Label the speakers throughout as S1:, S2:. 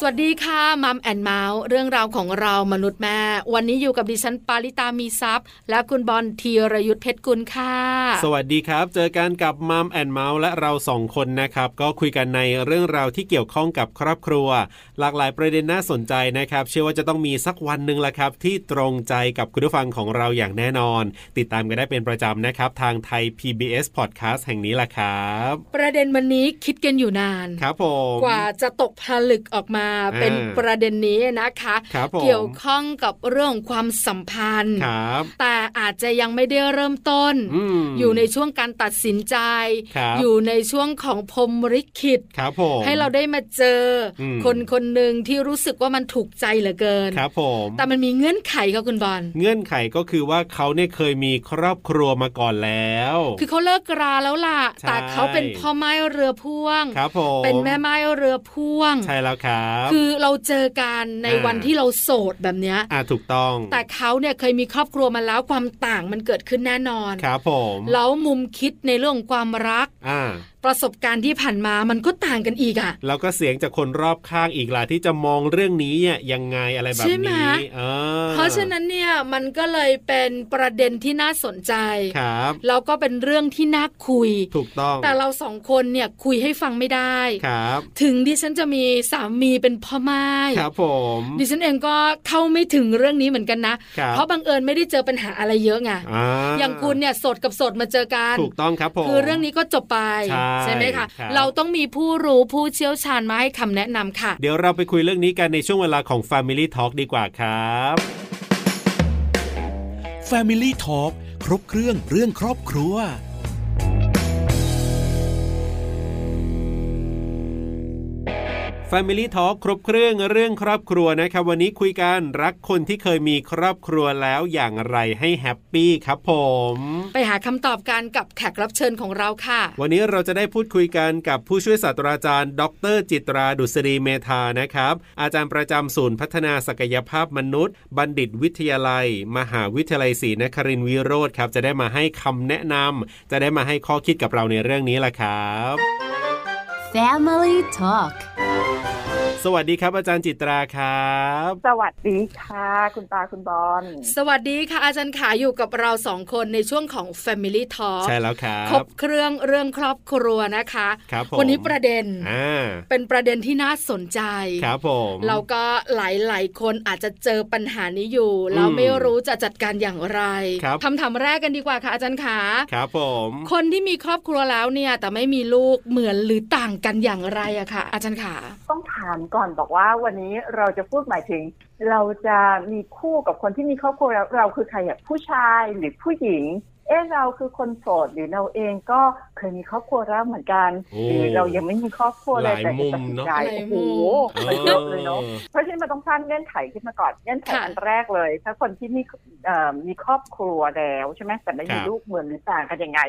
S1: สวัสดีค่ะมัมแอนเมาส์เรื่องราวของเรามนุษย์แม่ วันนี้อยู่กับดิฉันปาริตามีซัพย์และคุณบอลธีรยุทธเพชรกุลค่ะ
S2: สวัสดีครับ เจอกันกับมัมแอนเมาส์และเราสองคนนะครับ ก็คุยกันในเรื่องราวที่เกี่ยวข้องกับครอบครัว หลากหลายประเด็นน่าสนใจนะครับ เชื่อว่าจะต้องมีสักวันหนึ่งละครับ ที่ตรงใจกับคุณผู้ฟังของเราอย่างแน่นอน ติดตามกันได้เป็นประจำนะครับ ทางไทย PBS Podcast แห่งนี้ละครับ
S1: ประเด็นวันนี้คิดกันอยู่นาน
S2: ครับผม
S1: กว่าจะตกผลึกออกมา
S2: อ่า
S1: เป็นประเด็นนี้นะคะ
S2: ครับผม
S1: เกี่ยวข้องกับเรื่องความสัมพันธ์
S2: ครับ
S1: แต่อาจจะยังไม่ได้เริ่มต้น
S2: อืม
S1: อยู่ในช่วงการตัดสินใจ
S2: ครับ
S1: อยู่ในช่วงของพรหมริขิต
S2: ครับผม
S1: ให้เราได้มาเจออ
S2: ม
S1: คนคนหนึ่งที่รู้สึกว่ามันถูกใจเหลือเกิน
S2: ครับผม
S1: แต่มันมีเงื่อนไขค่ะคุณบอล
S2: เงื่อนไขก็คือว่าเขาเนี่ยเคยมีครอบครัวมาก่อนแล้ว
S1: คือเขาเลิกราแล้วล่ะ
S2: ใช่
S1: แต่เขาเป็นพ่อไม้เรือพ่วง
S2: ครับผม
S1: เป็นแม่ไม้เรือพ่วง
S2: ใช่แล้วครับ
S1: คือเราเจอกันใน
S2: อ่า
S1: วันที่เราโสดแบบเนี้ย
S2: อ่าถูกต้อง
S1: แต่เขาเนี่ยเคยมีครอบครัวมาแล้วความต่างมันเกิดขึ้นแน่นอน
S2: ครับผม
S1: แล้วมุมคิดในเรื่องความรัก
S2: อ่า
S1: ประสบการณ์ที่ผ่านมามันก็ต่างกันอีกอะ
S2: แล้วก็เสียงจากคนรอบข้างอีกล่ะที่จะมองเรื่องนี้เนี่ยยังไงอะไรแบบ
S1: ใช่ไหม
S2: นี้เออ
S1: เพราะฉะนั้นเนี่ยมันก็เลยเป็นประเด็นที่น่าสนใจ
S2: ครับ
S1: แล้วก็เป็นเรื่องที่น่าคุย
S2: ถูกต้อง
S1: แต่เราสองคนเนี่ยคุยให้ฟังไม่ได้
S2: ครับ
S1: ถึงดิฉันจะมีสามีเป็นพ่อไม้
S2: ครับผม
S1: ดิฉันเองก็เข้าไม่ถึงเรื่องนี้เหมือนกันนะ
S2: ครับ
S1: เพราะบังเอิญไม่ได้เจอปัญหาอะไรเยอะไง
S2: อ่า
S1: อย่างคุณเนี่ยโสดกับโสดมาเจอกัน
S2: ถูกต้องครับผม
S1: คือเรื่องนี้ก็จบไป
S2: ใช่
S1: ไหมคะ
S2: ครับ
S1: เราต้องมีผู้รู้ผู้เชี่ยวชาญมาให้คำแนะนำค่ะ
S2: เดี๋ยวเราไปคุยเรื่องนี้กันในช่วงเวลาของ Family Talk ดีกว่าครับ
S3: Family Talk ครบเครื่องเรื่องครอบครัว
S2: Family Talk ครบเครื่องเรื่องครอบครัวนะครับ วันนี้คุยกันรักคนที่เคยมีครอบครัวแล้วอย่างไรให้แฮปปี้ครับผม
S1: ไปหาคำตอบกันกับแขกรับเชิญของเราค่ะ
S2: วันนี้เราจะได้พูดคุยกันกับผู้ช่วยศาสตราจารย์ ดร จิตราดุษฎีเมธานะครับ อาจารย์ประจำศูนย์พัฒนาศักยภาพมนุษย์ บัณฑิตวิทยาลัย มหาวิทยาลัยศรีนครินทรวิโรธครับ จะได้มาให้คำแนะนำจะได้มาให้ข้อคิดกับเราในเรื่องนี้ล่ะครับ
S4: Family Talk
S2: สวัสดีครับอาจารย์จิตราครับ
S5: สวัสดีค่ะ คุณปาคุณบอล
S1: สวัสดีค่ะ อาจารย์ขาอยู่กับเราสองคนในช่วงของ Family Talk
S2: ใช่แล้วครั
S1: คร
S2: บ
S1: บเครื่องเรื่องครอบครัวนะคะ
S2: ครับผม
S1: วันนี้ประเด็น
S2: อ่า
S1: เป็นประเด็นที่น่าสนใจ
S2: ครับผม
S1: เราก็หลาย ๆ คนอาจจะเจอปัญหานี้อยู่ แล้ว
S2: อืม
S1: ไม่รู้จะจัดการอย่างไร
S2: ครับ
S1: คำถามแรกกันดีกว่าค่ะอาจารย์ขา
S2: ครับผม
S1: คนที่มีครอบครัวแล้วเนี่ย แต่ไม่มีลูกเหมือนหรือต่างกันอย่างไรอะค่ะ อาจารย์ขา
S5: ต้องถามก่อนบอกว่าวันนี้เราจะพูดหมายถึง เราจะมีคู่กับคนที่มีครอบครัวแล้วเราคือใครอะผู้ชายหรือผู้หญิง เอ๊ะเราคือคนโสดหรือเราเองก็เคยมีครอบครัวแล้วเหมือนกัน
S2: โอ้
S5: หรือเรายังไม่มีครอบครัวเลย
S2: หลาย
S5: แต่
S2: มุ
S5: จะตัด
S2: ม
S5: สิน
S2: เนอะ
S5: ใจ
S1: หลาย
S5: โอ้
S1: มุ
S5: โห
S1: ม
S5: ไปเยอะเลยเนาะ เพราะฉะนั้นมันต้องสร้างเงื่อนไขขึ้นมาก่อนเงื่อนไข
S1: ค่ะ
S5: อันแรกเลยถ้าคนที่มีเอ่อมีครอบครัวแล้วใช่ไหมแต่ไม่
S2: ค
S5: มี
S2: รับ
S5: ลูกเหมือนหรือต่างกันยังไง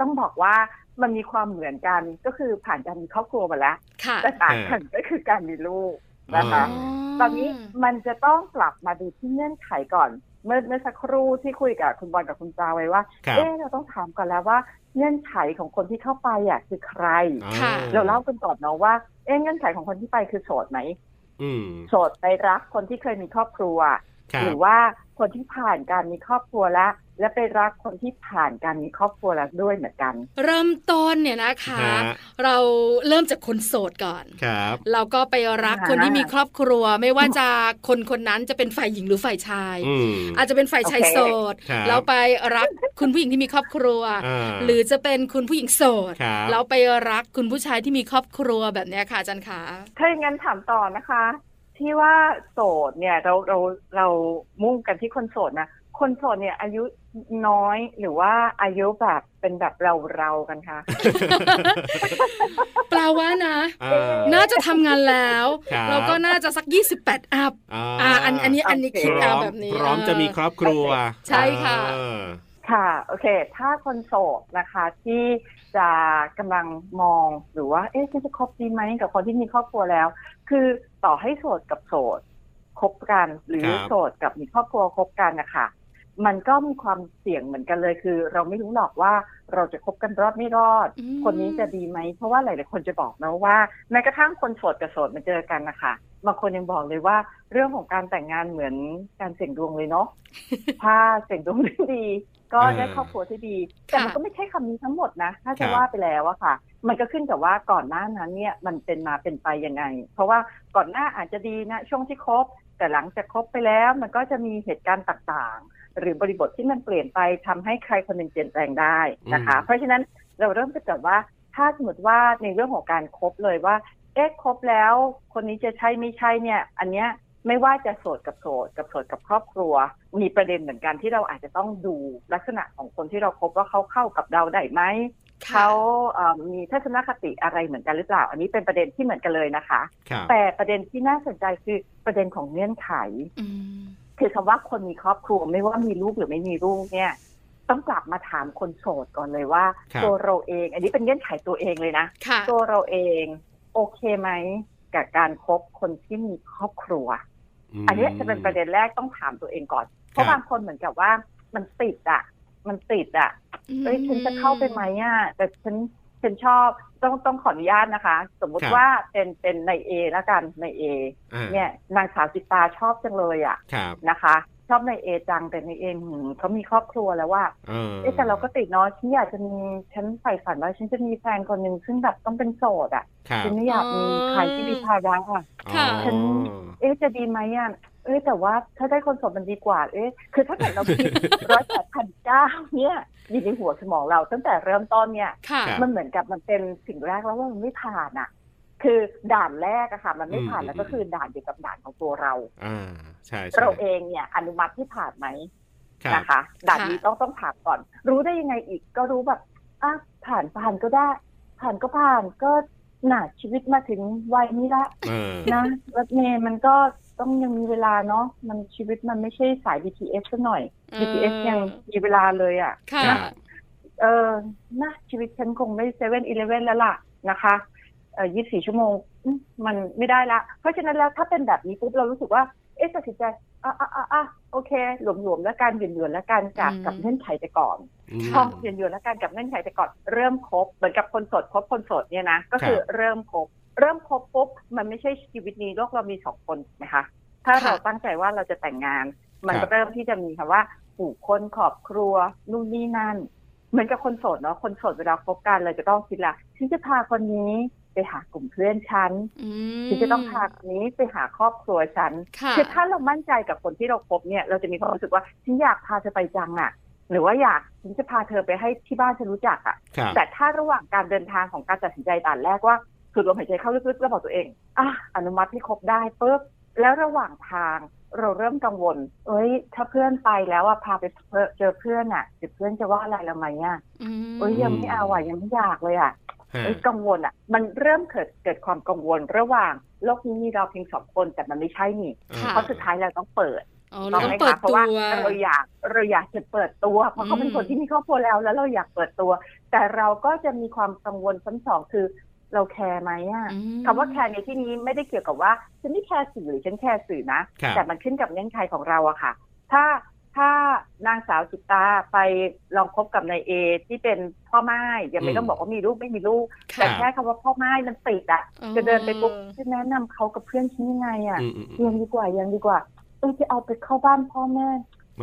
S5: ต้องบอกว่ามันมีความเหมือนกันก็คือผ่านการมีครอบครัวมาแล้ว
S1: ค่ะ
S5: แต่ต่างกันก็คือการมีลูกนะคะ
S2: อ๋
S5: ตอนนี้มันจะต้องกลับมาดูที่เงื่อนไขก่อน เมื่อเมื่อสักครู่ที่คุยกับคุณบอลกับคุณจาไว้ว่า
S2: ครับ
S5: เอ๊ะเราต้องถามก่อนแล้วว่า เงื่อนไขของคนที่เข้าไปอ่ะคือใคร
S1: ค่ะ
S2: อ่
S5: เราเล่ากันก่อนเนาะว่าเอ๊ะเงื่อนไขของคนที่ไปคือโสดไหม
S2: อืม
S5: โสดไปรักคนที่เคยมีครอบครัว
S2: ครั
S5: ห
S2: บ
S5: รือว่าคนที่ผ่านการมีครอบครัวแล้ว และไปรักคนที่ผ่านการมีครอบครัวแล้วด้วยเหมือนกัน
S1: เริ่มต้นเนี่ยนะคะ
S2: ฮะ
S1: เราเริ่มจากคนโสดก่อน
S2: ครับ
S1: เราก็ไปรัก
S5: อ่า
S1: คนที่มีครอบครัว ไม่ว่าจะคนคนนั้นจะเป็นฝ่ายหญิงหรือฝ่ายชาย
S2: อืม
S1: อาจจะเป็นฝ่ายชาย
S5: โอเค
S1: โสด
S2: ครับ
S1: แล้วไปรักคุณผู้หญิงที่มีครอบครัว
S2: อ่า
S1: หรือจะเป็นคุณผู้หญิงโสด
S2: ครับ
S1: แล้วไปรักคุณผู้ชายที่มีครอบครัวแบบเนี้ยค่ะอาจันขา
S5: ถ้าอย่างนั้นถามต่อนะคะ ที่ว่าโสดเนี่ยเราเราเรามุ่งกันที่คนโสดนะคนโสดเนี่ยอายุน้อยหรือว่าอายุแบบเป็นแบบเราเราๆกันคะ
S1: แปลว่านะ
S2: อ่
S1: น่าจะทำงานแล้ว
S2: ครับ
S1: แล้วก็น่าจะสัก 28 อัพ
S2: อ่า
S1: อ่าอันอันนี้อันนี้
S5: โอเค
S1: คิด
S2: พร้
S1: เอา
S2: อม
S1: แบบนี้
S2: พร้อม
S1: เ
S2: จะมีครอบครัว
S1: ใช่ค่ะ
S2: เออ
S5: ค่ะโอเค ถ้าคนโสดนะคะที่จะกำลังมองหรือว่า เอ๊ะฉันจะคบดีไหมกับคนที่มีครอบครัวแล้ว คือต่อให้โสดกับโสดคบกันหรือโสดกับมีครอบครัวคบกันนะคะ มันก็มีความเสี่ยงเหมือนกันเลยคือ เราไม่รู้หรอกว่าเราจะคบกันรอดไม่รอด
S1: อืม
S5: คนนี้จะดีไหม เพราะว่าหลายๆคนจะบอกนะว่าแม้กระทั่งคนโสดกับโสดมาเจอกันนะคะบางคนยังบอกเลยว่าเรื่องของการแต่งงานเหมือนการเสี่ยงดวงเลยเนาะ ถ้าเสี่ยงดวงได้ดี ก็ได้
S2: อ่า
S5: ครอบครัวที่ดี แต่มัน
S1: ค่ะ
S5: ก็ไม่ใช่คำนี้ทั้งหมดนะถ้า
S2: ครั
S5: จะ
S2: บ
S5: ว่าไปแล้วอะค่ะ มันก็ขึ้นกับว่าก่อนหน้านั้นเนี่ยมันเป็นมาเป็นไปยังไง เพราะว่าก่อนหน้าอาจจะดีนะช่วงที่คบ แต่หลังจากคบไปแล้วมันก็จะมีเหตุการณ์ต่างๆ หรือบริบทที่มันเปลี่ยนไปทำให้ใครคนหนึ่งเปลี่ยนแปลงได้นะคะ
S2: อืม
S5: เพราะฉะนั้นเราเริ่มกันจากว่าถ้าสมมติว่าในเรื่องของการคบเลยว่า เอ๊ะคบแล้ว คนนี้จะใช่ไม่ใช่เนี่ย อันเนี้ยไม่ว่าจะโสดกับโสดกับโสดกับครอบครัว มีประเด็นเหมือนกันที่เราอาจจะต้องดูลักษณะของคนที่เราคบว่าเขาเข้ากับเราได้ไหม
S1: ค่ะ
S5: เขาเอ่อมีทัศนคติอะไรเหมือนกันหรือเปล่า อันนี้เป็นประเด็นที่เหมือนกันเลยนะคะ
S2: ครับ
S5: แต่ประเด็นที่น่าสนใจคือประเด็นของเงื่อนไข
S1: อืม
S5: คือคำว่าคนมีครอบครัวไม่ว่ามีลูกหรือไม่มีลูกเนี่ย ต้องกลับมาถามคนโสดก่อนเลยว่า
S2: ครับ
S5: ตัวเราเอง อันนี้เป็นเงื่อนไขตัวเองเลยนะ
S1: ค่ะ
S5: ตัวเราเองโอเคไหมกับการคบคนที่มีครอบครัว
S2: ม
S5: อันเนี้ยจะเป็นประเด็นแรกต้องถามตัวเองก่อน เพ
S2: ครั
S5: ราะ
S2: บ
S5: บางคนเหมือนกับว่ามันติดอ่ะ มันติดอ่ะ เอ้ยฉันจะเข้าไปไหมอ่ะแต่ฉันฉันชอบต้องต้องขออนุญาตนะคะ สมมุ
S2: ค
S5: ติ
S2: รับ
S5: ว่าเป็นเป็นในเอแล้วกันในเอ
S2: อ่า
S5: เนี่ยนางสาวจิตตาชอบจังเลยอ่ะ
S2: ครับ
S5: นะคะ ชอบในเอจังแต่ในเอหืมเขามีครอบครัวแล้วว่า
S2: เออ
S5: เอ๊ะแต่เราก็ติดเนาะฉันอยากจะมีฉันใฝ่ฝันว่าฉันจะมีแฟนคนหนึ่งซึ่งแบบต้องเป็นโสดอ่ะ
S2: ครับ
S5: ฉันไม่อยากมีใครที่มีภาระอ่ะ
S1: ค่ะ
S2: อ๋อ
S5: เอ๊ะจะดีไหมอ่ะเอ๊ะแต่ว่าถ้าได้คนโสดมันดีกว่า เอ๊ะคือถ้าเกิดเราคิด ร้อยแปดพันเก้าเนี่ยอยู่ในหัวสมองเรา ตั้งแต่เริ่มต้นเนี่ย
S1: ค่ะ
S2: รับ
S5: มันเหมือนกับมันเป็นสิ่งแรกแล้วว่ามันไม่ผ่านอ่ะ คือด่านแรกอะค่ะ มันไม่ผ่าน
S2: อืม
S5: แล้วก็คือด่านเกี่ยวกับด่านของตัวเรา
S2: อ่าใช่ใช่
S5: เราเองเนี่ยอนุมัติที่ผ่านไหม
S2: ครับ
S5: นะคะ ด่านนี้ต้องต้องผ่านก่อน รู้ได้ยังไงอีกก็รู้แบบอ่ะผ่านผ่านก็ได้ ผ่านก็ผ่านก็หนาชีวิตมาถึงวัยนี้ละ
S2: เออ
S5: นะรถเมย์มันก็ต้องยังมีเวลาเนาะมันชีวิตมันไม่ใช่สาย BTS ซะหน่อย
S1: เออ
S5: BTS ยังมีเวลาเลยอะ่ะ
S1: ค่ะ
S2: ครับ
S5: เออนะชีวิตฉันคงไม่เซเว่นอีเลเว่นแล้วล่ะนะคะเออยี่สี่ชั่วโมงอืมมันไม่ได้ละ เพราะฉะนั้นแล้วถ้าเป็นแบบนี้ปุ๊บเรารู้สึกว่า เอ๊ะตัดสินใจอ่ะอ่ะอ่ะอ่ะโอเค หลวมๆแล้วการหยวนๆแล้วการกับ
S1: อืม
S5: กับเงื่อนไขแต่ก่อน
S2: ม
S5: พอหยวนๆแล้วการกับเงื่อนไขแต่ก่อนเริ่มคบเหมือนกับคนโสดคบคนโสดเนี่ยนะก็คือ
S2: ครับ
S5: เริ่มคบ เริ่มคบปุ๊บมันไม่ใช่ชีวิตนี้โลกเรามีสองคนนะคะ ถ้า
S1: ค่ะ
S5: เราตั้งใจว่าเราจะแต่งงาน มัน
S2: ครับ
S5: เริ่มที่จะมีคำว่าผูกคนครอบครัวนู่นนี่นั่น เหมือนกับคนโสดเนาะคนโสดเวลาคบกันเราจะต้องคิดละฉันจะพาคนนี้ไปหากลุ่มเพื่อนฉัน
S1: อืม
S5: ฉันจะต้องพาคนนี้ไปหาครอบครัวฉัน
S1: ค่ะ
S5: คือถ้าเรามั่นใจกับคนที่เราคบเนี่ยเราจะมีความรู้สึกว่าฉันอยากพาเธอไปจังอะหรือว่าอยากฉันจะพาเธอไปให้ที่บ้านฉันรู้จักอะ
S2: ครับ
S5: แต่ถ้าระหว่างการเดินทางของการตัดสินใจด่านแรกว่าสูดลมหายใจเข้าลึกๆแล้วบอกตัวเองอ่ะอนุมัติให้ครบได้ปุ๊บแล้วระหว่างทางเราเริ่มกังวล เอ้ย ถ้าเพื่อนไปแล้วอ่ะพาไปเจอเพื่อนอ่ะเดี๋ยวเพื่อนจะว่าอะไรเราไหมอ่ะ
S1: อืม
S5: เอ้ยยังไม่เอาอ่ะยังไม่อยากเลยอ่ะ
S2: ฮะ
S5: เอ้ยกังวลอ่ะ มันเริ่มเกิดเกิดความกังวล ระหว่างโลกนี้มีเราเพียงสองคนแต่มันไม่ใช่นี่
S2: ออ
S1: ค่ะ
S5: เพราะสุดท้ายเราต้องเปิด
S1: อ๋อเราต้อง
S5: ไหม
S1: เปิด
S5: คะเพราะ
S1: ตั
S5: ว่าว เราอยากเราอยากจะเปิดตัว เพราะเขาเป็น
S1: อืม
S5: คนที่มีครอบครัวแล้วแล้วเราอยากเปิดตัว แต่เราก็จะมีความกังวลซ้ำสองคือเราแคร์ไหมอะ
S1: อืม
S5: คำว่าแคร์ในที่นี้ไม่ได้เกี่ยวกับว่าฉันไม่แคร์สื่อหรือฉันแคร์สื่อนะ
S2: ครับ
S5: แต่มันขึ้นกับเงื่อนไขของเราอะค่ะ ถ้าถ้านางสาวจิตตาไปลองคบกับนายเอที่เป็นพ่อไม้ยังไม่ต้องบอกว่ามีลูกไม่มีลูก แต่แค่คำว่าพ่อไม้มันติดอะ
S1: อ๋อ
S5: จะเดินไปปุ๊บจะแนะนำเขากับเพื่อนฉันยังไงอะ
S2: อืมอืมอื
S5: ยัง
S2: ม
S5: ดีกว่ายังดีกว่าเออจะเอาไปเข้าบ้านพ่อแม่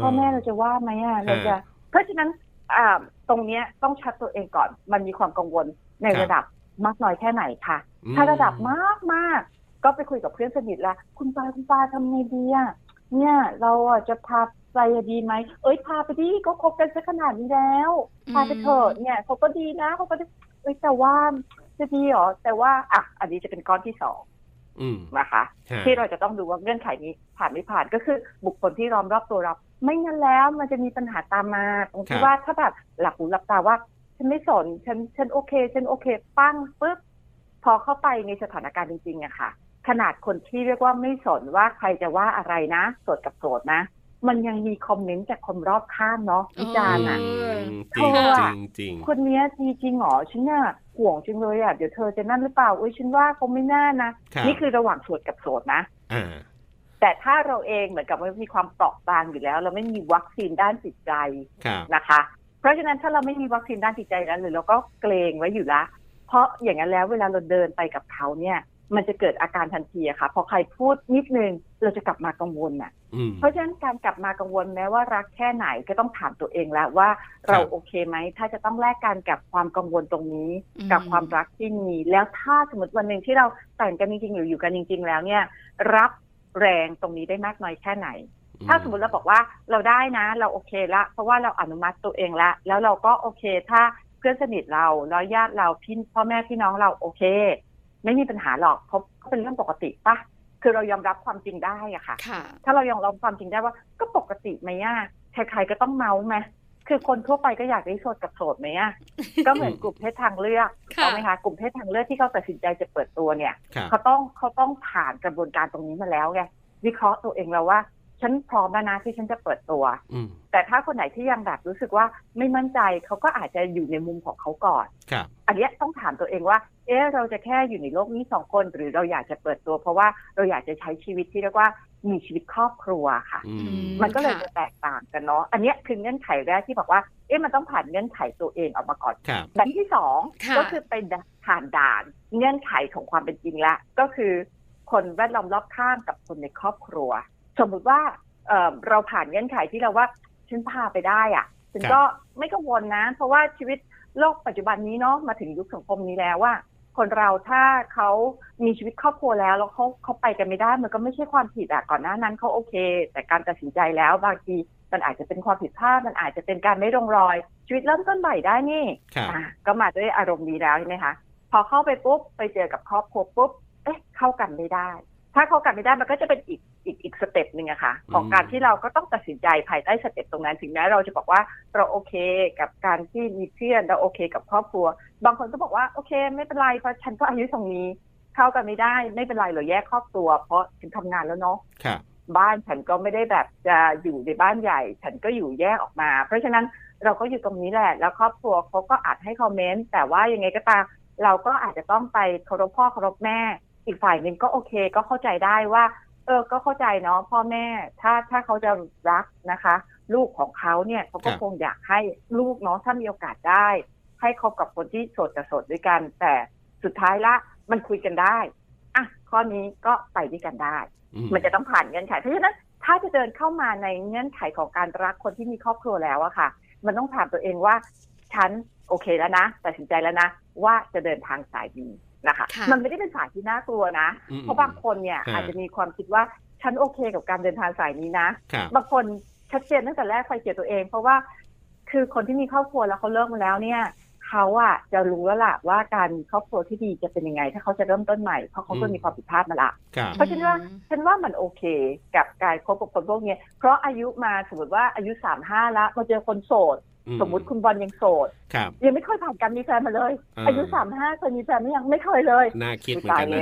S5: พ่อแม่เราจะว่าไหมอ่ะเราจะเพราะฉะนั้นอ่าตรงเนี้ยต้องชัดตัวเองก่อน มันมีความกังวลในระดับมากน้อยแค่ไหนค่ะ
S2: อืม
S5: ถ้าระดับมากมากๆก็ไปคุยกับเพื่อนสนิทละคุณปาคุณปาทำไงดีอ่ะเนี่ยเราอ่ะจะพาไปอ่ะดีไหมเอ้ยพาไปดิก็คบกันซะขนาดนี้แล้วพาไปเถอะเนี่ยเขาก็ดีนะเขาก็ดีเอ้ยแต่ว่าจะดีเหรอแต่ว่าอ่ะอันนี้จะเป็นก้อนที่สอง
S2: อืม
S5: นะคะ
S2: ฮะ
S5: ที่เราจะต้องดูว่าเงื่อนไขนี้ผ่านไม่ผ่านก็คือบุคคลที่ล้อมรอบตัวเรา ไม่งั้นแล้วมันจะมีปัญหาตามมาตรงที่ว่าถ้าแบบหลับหูหลับตาว่า ฉันไม่สนฉันฉันโอเค ฉันโอเคปั้งปึ๊บพอเข้าไปในสถานการณ์จริงๆอะค่ะ ขนาดคนที่เรียกว่าไม่สนว่าใครจะว่าอะไรนะโสดกับโสดนะ มันยังมีคอมเมนต์จากคนรอบข้างเนาะวิจารณ์อะ
S2: อืม
S5: โทรอะ
S2: จริงจริง
S5: คนเนี้ยดีจริงเหรอฉันน่ะห่วงจังเลยอะเดี๋ยวเธอจะนั่นหรือเปล่าเอ้ยฉันว่าคงไม่น่านะ
S2: รับ
S5: นี่คือระหว่างโสดกับโสดนะ
S2: อ่า
S5: แต่ถ้าเราเองเหมือนกับว่ามีความเปราะบางอยู่แล้ว เราไม่มีวัคซีนด้านจิตใจ
S2: ครับ
S5: นะคะ เพราะฉะนั้นถ้าเราไม่มีวัคซีนด้านจิตใจแล้วหรือเราก็เกรงไว้อยู่ละ เพราะอย่างนั้นแล้วเวลาเราเดินไปกับเขาเนี่ย มันจะเกิดอาการทันทีอะค่ะพอใครพูดนิดนึงเราจะกลับมากังวลน่ะ
S2: อืม
S5: เพราะฉะนั้นการกลับมากังวลแม้ว่ารักแค่ไหนก็ต้องถามตัวเองแล้วว่าเราโอเคไหม ถ้าจะต้องแลกกันกับความกังวลตรงนี้
S1: อืม
S5: กับความรักที่มี แล้วถ้าสมมติวันหนึ่งที่เราแต่งกันจริงๆหรืออยู่กันจริง ๆ แล้วเนี่ย รับแรงตรงนี้ได้มากน้อยแค่ไหน ถ้าสมมติเราบอกว่าเราได้นะ เราโอเคละ เพราะว่าเราอนุมัติตัวเองละ แล้วเราก็โอเค ถ้าเพื่อนสนิทเราแล้วญาติเราพี่พ่อแม่พี่น้องเราโอเค ไม่มีปัญหาหรอกเพราะก็เป็นเรื่องปกติปะคือเรายอมรับความจริงได้อะค่ะ
S1: ค่ะ
S5: ถ้าเรายอมรับความจริงได้ว่าก็ปกติไหมอ่ะใครๆก็ต้องเมาส์ไหมคือคนทั่วไปก็อยากได้โสดกับโสดไหม อ่ะ ก็เหมือนกลุ่มเพศทางเลือก
S1: ค่ะ
S5: ถูกไหมคะกลุ่มเพศทางเลือกที่เขาตัดสินใจจะเปิดตัวเนี่ย
S2: ครับ
S5: เขาต้องเขาต้องผ่านกระบวนการตรงนี้มาแล้วไงวิเคราะห์ตัวเองแล้วว่า ฉันพร้อมแล้วนะที่ฉันจะเปิดตัว
S2: อืม
S5: แต่ถ้าคนไหนที่ยังแบบรู้สึกว่าไม่มั่นใจเขาก็อาจจะอยู่ในมุมของเขาก่อน
S2: ครับ
S5: อันเนี้ยต้องถามตัวเองว่า เอ๊ะเราจะแค่อยู่ในโลกนี้สองคน หรือเราอยากจะเปิดตัว เพราะว่าเราอยากจะใช้ชีวิตที่เรียกว่ามีชีวิตครอบครัวค่ะ
S2: อืม
S5: มันก็เลย
S1: ค่ะ
S5: จะแตกต่างกันเนาะ อันเนี้ยคือเงื่อนไขแรกที่บอกว่า เอ๊ะมันต้องผ่านเงื่อนไขตัวเองออกมาก่อน
S2: ครับ
S5: แบบที่สอง
S1: ค่ะ
S5: ก็คือไปผ่านด่านเงื่อนไขของความเป็นจริงละก็คือคนแวดล้อมรอบข้างกับคนในครอบครัว สมมุติว่าเอ่อเราผ่านเงื่อนไขที่เราว่าฉันพาไปได้อะฉันก็ไม่กังวลนะ เพราะว่าชีวิตโลกปัจจุบันนี้เนาะมาถึงยุคสังคมนี้แล้วว่า คนเราถ้าเขามีชีวิตครอบครัวแล้วแล้วเขาเขาไปกันไม่ได้ มันก็ไม่ใช่ความผิดอะก่อนหน้านั้นเขาโอเค แต่การตัดสินใจแล้วบางทีมันอาจจะเป็นความผิดพลาดมันอาจจะเป็นการไม่ลงรอย ชีวิตเริ่มต้นใหม่ได้นี่
S2: ครับ
S5: อ่ะก็มาด้วยอารมณ์นี้แล้วใช่ไหมคะพอเข้าไปปุ๊บไปเจอกับครอบครัวปุ๊บเอ๊ะเข้ากันไม่ได้ ถ้าเข้ากันไม่ได้มันก็จะเป็นอีกอีกอีกสเต็ปหนึ่งอะค่ะของ
S2: อืม
S5: การที่เราก็ต้องตัดสินใจภายใต้สเต็ปตรงนั้นถึงแม้เราจะบอกว่าเราโอเคกับการที่มีเพื่อนเราโอเคกับครอบครัว บางคนก็บอกว่าโอเค ไม่เป็นไรเพราะฉันก็อายุตรงนี้เข้ากันไม่ได้ไม่เป็นไรเราแยกครอบครัว เพราะฉันทำงานแล้วเนาะ
S2: ครับ
S5: บ้านฉันก็ไม่ได้แบบจะอยู่ในบ้านใหญ่ ฉันก็อยู่แยกออกมา เพราะฉะนั้นเราก็อยู่ตรงนี้แหละ แล้วครอบครัวเขาก็อาจให้คอมเมนต์แต่ว่ายังไงก็ตามเราก็อาจจะต้องไปเคารพพ่อเคารพแม่ อีกฝ่ายหนึ่งก็โอเค ก็เข้าใจได้ว่า เออก็เข้าใจเนาะพ่อแม่ ถ้าถ้าเขาจะรักนะคะ ลูกของเขาเนี่ยเขาก็
S2: ครับ
S5: คงอยากให้ลูกเนาะถ้ามีโอกาสได้ ให้คบกับคนที่โสดกับโสดด้วยกัน แต่สุดท้ายละมันคุยกันได้อ่ะข้อนี้ก็ไปด้วยกันได้
S2: อื
S5: มันจะต้องผ่านเงื่อนไข เพราะฉะนั้นถ้าจะเดินเข้ามาในเงื่อนไขของการรักคนที่มีครอบครัวแล้วอะค่ะ มันต้องถามตัวเองว่า ฉันโอเคแล้วนะตัดสินใจแล้วนะ ว่าจะเดินทางสายนี้นะคะ
S1: ค่ะ
S5: มันไม่ได้เป็นสายที่น่ากลัวนะ
S2: อืม
S5: เพราะบางคนเนี่ย
S2: ค่ะ
S5: อาจจะมีความคิดว่าฉันโอเคกับการเดินทางสายนี้นะ
S2: ครับ
S5: บางคนชัดเจนตั้งแต่แรกไฟเขียวตัวเอง เพราะว่าคือคนที่มีครอบครัวแล้วเขาเลิกมาแล้วเนี่ยเขาอะจะรู้แล้วล่ะว่าการมีครอบครัวที่ดีจะเป็นยังไง ถ้าเขาจะเริ่มต้นใหม่เพราะเขาเคยมีความผิดพลาดมาละ
S2: ครับ
S5: เพราะฉะนั้นว่า
S1: อืม
S5: ฉันว่ามันโอเคกับการคบกับคนพวกเนี้ยเพราะอายุมาสมมติว่าอายุสามห้าละมาเจอคนโสด
S2: อื
S5: สมมติคุณบอลยังโสด
S2: ครับ
S5: ยังไม่เคยผ่านการมีแฟนมาเลย
S2: อ่า
S5: อายุสามห้าเคยมีแฟนไหม่ยังไม่เคยเลย
S2: น่าคิดเหมือนกันนะ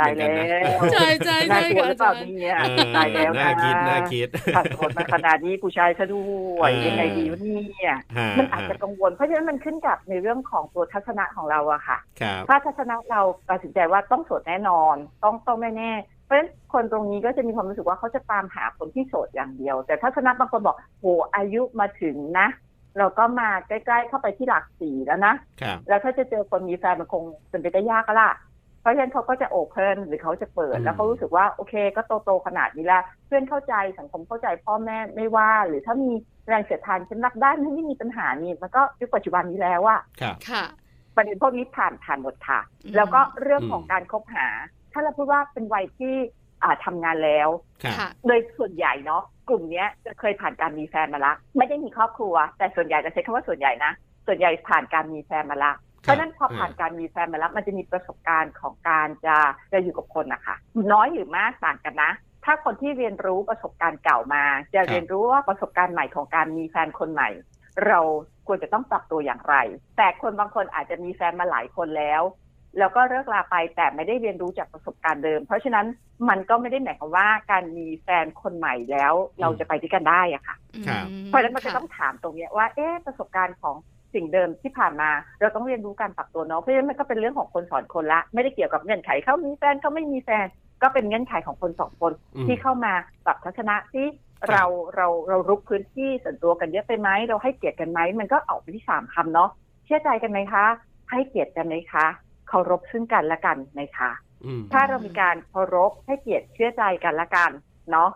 S5: ตาย
S2: เอ
S5: แล้
S2: อน่าคิดเหมือน
S5: ว
S2: กันนะ
S5: ตายแล้ว
S1: ใช่ใช่
S5: น่า
S1: ใช่
S5: กลัว
S1: ค่ะ
S5: ห
S1: อา
S5: รือเปล่า
S1: จารย์
S5: เนี่ย
S2: เออ
S5: ตายแล้ว
S2: น่าคิด น่าคิด
S5: ผ่านโสดมาขนาดนี้ผู้ชายซะด้วย
S2: เออ
S5: ยังไงดีวะเนี่ย
S2: ฮะ
S5: มันอาจจะกังวลเพราะฉะนั้นมันขึ้นกับในเรื่องของตัวทัศนะของเราอะค่ะ
S2: ครับ
S5: ถ้าทัศนะเราตัดสินใจว่าต้องโสดแน่นอน ต้องต้องแน่ๆเพราะฉะนั้นคนตรงนี้ก็จะมีความรู้สึกว่าเขาจะตามหาคนที่โสดอย่างเดียว แต่ทัศนะบางคนบอกโหอายุมาถึงนะ เราก็มาใกล้ๆเข้าไปที่หลักสี่แล้วนะ
S2: ครับ
S5: แล้วถ้าจะเจอคนมีแฟนมันคงเป็นไปได้ยากแล้วล่ะ เพราะฉะนั้นเขาก็จะโอเพนหรือเขาจะเปิด
S2: อืม
S5: แล้วเขารู้สึกว่าโอเค ก็โตโตๆขนาดนี้ละเพื่อนเข้าใจสังคมเข้าใจพ่อแม่ไม่ว่า หรือถ้ามีแรงเสียดทานฉันรับได้ฉันไม่มีปัญหานี่มันก็ยุคปัจจุบันนี้แล้วอะ
S2: ครับ
S1: ค่ะ
S5: ประเด็นพวกนี้ผ่านผ่านหมดค่ะ
S1: อืม
S5: แล้วก็เรื่องของ
S2: อืม
S5: การคบหา ถ้าเราพูดว่าเป็นวัยที่อ่าทำงานแล้ว
S2: ครับ
S1: ค่ะ
S5: โดยส่วนใหญ่เนาะกลุ่มเนี้ยจะเคยผ่านการมีแฟนมาละ ไม่ได้มีครอบครัว แต่ส่วนใหญ่จะใช้คำว่าส่วนใหญ่นะ ส่วนใหญ่ผ่านการมีแฟนมาละ เพราะฉะนั้นพอผ่านการมีแฟนมาแล้วมันจะมีประสบการณ์ของการจะจะอยู่กับคนนะคะน้อยหรือมากต่างกันนะ ถ้าคนที่เรียนรู้ประสบการณ์เก่ามา จะเรียนรู้ว่าประสบการณ์ใหม่ของการมีแฟนคนใหม่ เราควรจะต้องปรับตัวอย่างไร แต่คนบางคนอาจจะมีแฟนมาหลายคนแล้ว แล้วก็เลิกลาไปแต่ไม่ได้เรียนรู้จากประสบการณ์เดิม เพราะฉะนั้นมันก็ไม่ได้หมายความว่าการมีแฟนคนใหม่แล้วเราจะไปด้วยกันได้อะค่ะ
S2: ครับ
S5: เพราะฉะนั้นมันจะต้องถามตรงเนี้ยว่า เอ๊ะประสบการณ์ของสิ่งเดิมที่ผ่านมา เราต้องเรียนรู้การปรับตัวเนาะ เพราะฉะนั้นมันก็เป็นเรื่องของคนสอนคนละ ไม่ได้เกี่ยวกับเงื่อนไขเขามีแฟนเขาไม่มีแฟน ก็เป็นเงื่อนไขของคนสองคน
S2: อืม
S5: ที่เข้ามาปรับทัศนะที่
S2: ครับ
S5: เราเราเรารุกพื้นที่ส่วนตัวกันเยอะไปไหมเราให้เกียรติกันไหมมันก็ออกไปที่สามคำเนาะเชื่อใจกันไหมคะ ให้เกียรติกันไหมคะเคารพซึ่งกันและกันไหมคะ
S2: อืม
S5: ถ้าเรามีการเคารพให้เกียรติเชื่อใจกันละกันเนาะ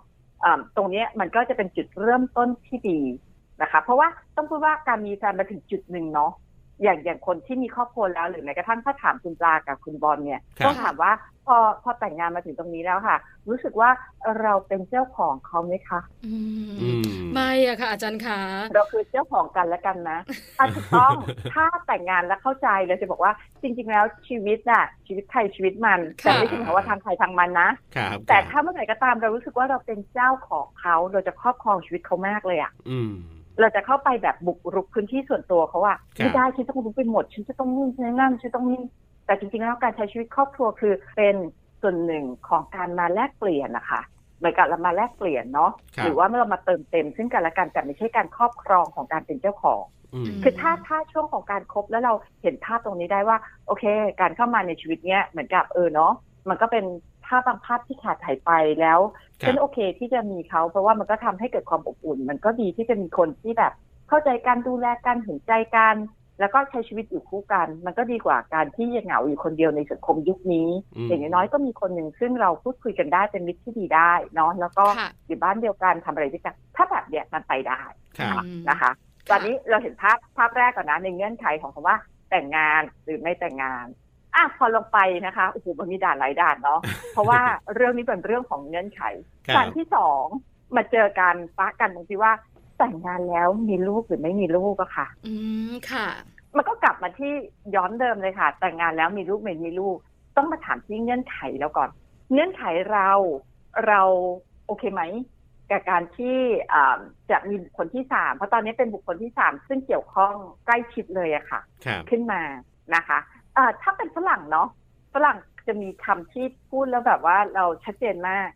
S5: อ่าตรงเนี้ยมันก็จะเป็นจุดเริ่มต้นที่ดีนะคะ เพราะว่าต้องพูดว่าการมีแฟนมาถึงจุดหนึ่งเนาะอย่างอย่างคนที่มีครอบครัวแล้วหรือแม้กระทั่งถ้าถามคุณปลากับคุณบอลเนี่ย
S2: ครับ
S5: ต้องถามว่าพอพอแต่งงานมาถึงตรงนี้แล้วค่ะ รู้สึกว่าเราเป็นเจ้าของเขาไหมคะ
S1: อืม
S2: อืม
S1: ไม่อะค่ะ อาจารย์คะ
S5: เราคือเจ้าของกันและกันนะอ่ะถูกต้อง ถ้าแต่งงานแล้วเข้าใจเราจะบอกว่าจริง ๆ แล้วชีวิตน่ะชีวิตใครชีวิตมันแต่ไม่ใช่หมายความว่าทางใครทางมันนะ
S2: ครับ
S5: แต่
S2: ครับ
S5: ถ้าเมื่อไหร่ก็ตามเรารู้สึกว่าเราเป็นเจ้าของเขาเราจะครอบครองชีวิตเขามากเลยอะ่ะ
S2: อืม
S5: เราจะเข้าไปแบบบุกรุกพื้นที่ส่วนตัวเขาอะ่ะ
S2: ครับ
S5: ไม่ได้ฉันต้องรู้ไปหมดฉันจะต้องนู่นฉันจะนั่นฉันจะต้องนี่แต่จริงๆแล้วการใช้ชีวิตครอบครัวคือเป็นส่วนหนึ่งของการมาแลกเปลี่ยนนะคะเหมือนกับเรามาแลกเปลี่ยนเนาะ
S2: ครั
S5: ห
S2: บ
S5: รือว่าเรามาเติมเต็มซึ่งกันและกันแต่ไม่ใช่การครอบครองของการเป็นเจ้าของ
S2: อืม
S5: คือถ้าถ้าช่วงของการครบแล้วเราเห็นภาพตรงนี้ได้ว่า โอเค การเข้ามาในชีวิตเนี้ยเหมือนกับเออเนาะมันก็เป็นภาพบางภาพที่ขาดหายไปแล้ว
S2: ครับ
S5: ฉันโอเคที่จะมีเขาเพราะว่ามันก็ทำให้เกิดความอบอุ่น มันก็ดีที่จะมีคนที่แบบ เข้าใจกันดูแลกันเห็นใจกัน แล้วก็ใช้ชีวิตอยู่คู่กัน มันก็ดีกว่าการที่ยังเหงาอยู่คนเดียวในสังคมยุคนี้
S2: อืม
S5: อย่างน้อยๆก็มีคนหนึ่งซึ่งเราพูดคุยกันได้เป็นมิตรที่ดีได้เนาะแล้วก็
S1: ค่ะ
S5: อยู่บ้านเดียวกันทำอะไรด้วยกันถ้าแบบเนี้ยมันไปได้
S2: ครับ
S1: อืม
S5: นะคะ ตอนนี้เราเห็นภาพภาพแรกก่อนนะในเงื่อนไขของคำว่าแต่งงานหรือไม่แต่งงานอ่ะพอลงไปนะคะโอ้โหมันมีด่านหลายด่านเนาะ เพราะว่าเรื่องนี้เป็นเรื่องของเงื่อนไข
S2: ครั
S5: ด่า
S2: บ
S5: นที่สองมาเจอกันปะกันตรงที่ว่าแต่งงานแล้วมีลูกหรือไม่มีลูกอะค่ะ
S1: อืมค่ะ
S5: มันก็กลับมาที่ย้อนเดิมเลยค่ะ แต่งงานแล้วมีลูกไม่มีลูก ต้องมาถามที่เงื่อนไขแล้วก่อน เงื่อนไขเราเราโอเคไหมกับการที่อ่าจะมีบุคคลที่สามเพราะตอนนี้เป็นบุคคลที่สามซึ่งเกี่ยวข้องใกล้ชิดเลยอะค่ะ
S2: ครับ
S5: ขึ้นมานะคะเอ่อถ้าเป็นฝรั่งเนาะฝรั่งจะมีคำที่พูดแล้วแบบว่าเราชัดเจนมาก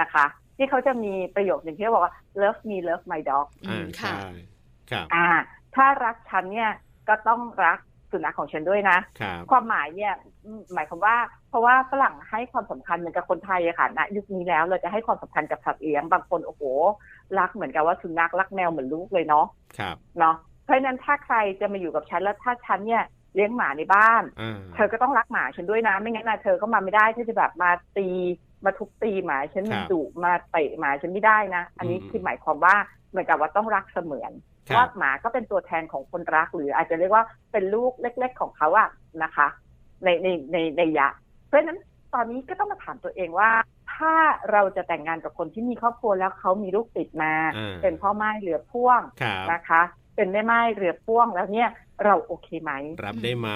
S5: นะคะ ที่เขาจะมีประโยคหนึ่งที่เขาบอกว่า love me love my dog
S1: อื
S2: อ่าม
S1: ค่ะ
S2: ใช่ครับ
S5: อ่า ถ้ารักฉันเนี่ยก็ต้องรักสุนัขของฉันด้วยนะ
S2: ครับ
S5: ความหมายเนี่ยอืมหมายความว่า เพราะว่าฝรั่งให้ความสำคัญเหมือนกับคนไทยอะค่ะณยุคนี้แล้วเราจะให้ความสำคัญกับสัตว์เลี้ยงบางคนโอ้โห รักเหมือนกับว่าสุนัขรักแมวเหมือนลูกเลยเนาะ
S2: ครับ
S5: เนาะเพราะฉะนั้นถ้าใครจะมาอยู่กับฉันแล้วถ้าฉันเนี่ยเลี้ยงหมาในบ้าน
S2: อ่า
S5: เธอก็ต้องรักหมาฉันด้วยนะ ไม่งั้นนะเธอก็มาไม่ได้เธอจะแบบมาตีมาทุบตีหมาฉัน
S2: ครับ
S5: ดุมาเตะหมาฉันไม่ได้นะ อันนี้
S2: อืม
S5: คือหมายความว่าเหมือนกับว่าต้องรักเสมือน
S2: ค
S5: เพ
S2: รั
S5: ราะ
S2: บ
S5: หมาก็เป็นตัวแทนของคนรัก หรืออาจจะเรียกว่าเป็นลูกเล็ก ๆ ของเขาอะนะคะ ในในในในยะ เพราะฉะนั้นตอนนี้ก็ต้องมาถามตัวเองว่า ถ้าเราจะแต่งงานกับคนที่มีครอบครัวแล้วเขามีลูกติดมา
S2: อ่า
S5: เป็นพ่อไม้เรือพ่วง
S2: ครับ
S5: นะคะ เป็นแม่ไม้เรือพ่วงแล้วเนี่ยเราโอเคไหม
S2: รับได้ไหม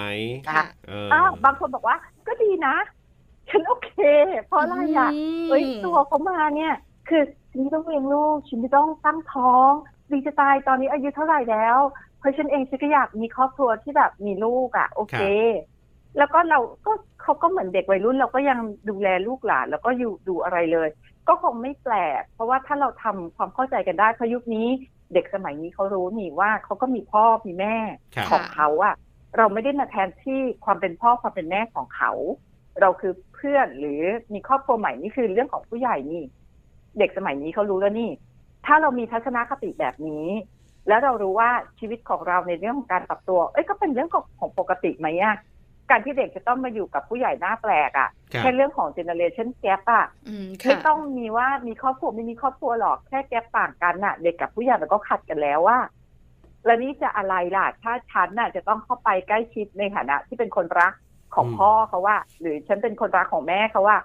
S5: นะคะ
S1: ค่ะ
S2: เออ
S5: อ้าวบางคนบอกว่าก็ดีนะ ฉันโอเค เพราะอะไรอ่ะเอ้ยตัวเขามาเนี่ย คือฉันไม่ต้องเลี้ยงลูกฉันไม่ต้องตั้งท้องดีจะตายตอนนี้อายุเท่าไหร่แล้ว เพราะฉันเองฉันก็อยากมีครอบครัวที่แบบมีลูกอ่ะ โอเค แล้วก็เราก็เขาก็เหมือนเด็กวัยรุ่นเราก็ยังดูแลลูกหลาน แล้วก็อยู่ดูอะไรเลย ก็คงไม่แปลก เพราะว่าถ้าเราทำความเข้าใจกันได้เพราะยุคนี้เด็กสมัยนี้เขารู้นี่ว่าเขาก็มีพ่อมีแม่
S2: ครับ
S5: ของเขาอะเราไม่ได้มาแทนที่ความเป็นพ่อความเป็นแม่ของเขา เราคือเพื่อนหรือมีครอบครัวใหม่นี่คือเรื่องของผู้ใหญ่นี่ เด็กสมัยนี้เขารู้แล้วนี่ ถ้าเรามีทัศนคติแบบนี้ แล้วเรารู้ว่าชีวิตของเราในเรื่องของการปรับตัว เอ้ยก็เป็นเรื่องของของปกติไหมอะการที่เด็กจะต้องมาอยู่กับผู้ใหญ่หน้าแปลกอะ
S2: ครับ
S5: แค่เรื่องของเจเนเรชันแกรอะ
S1: อืมค่ะ
S5: ไม่ต้องมีว่ามีครอบครัวไม่มีครอบครัวหรอกแค่แกรต่างกันน่ะ เด็กกับผู้ใหญ่มันก็ขัดกันแล้วว่า แล้วนี่จะอะไรล่ะ ถ้าฉันน่ะจะต้องเข้าไปใกล้ชิดในฐานะที่เป็นคนรักของ
S2: อืม
S5: พ่อเขาว่า หรือฉันเป็นคนรักของแม่เขาว่า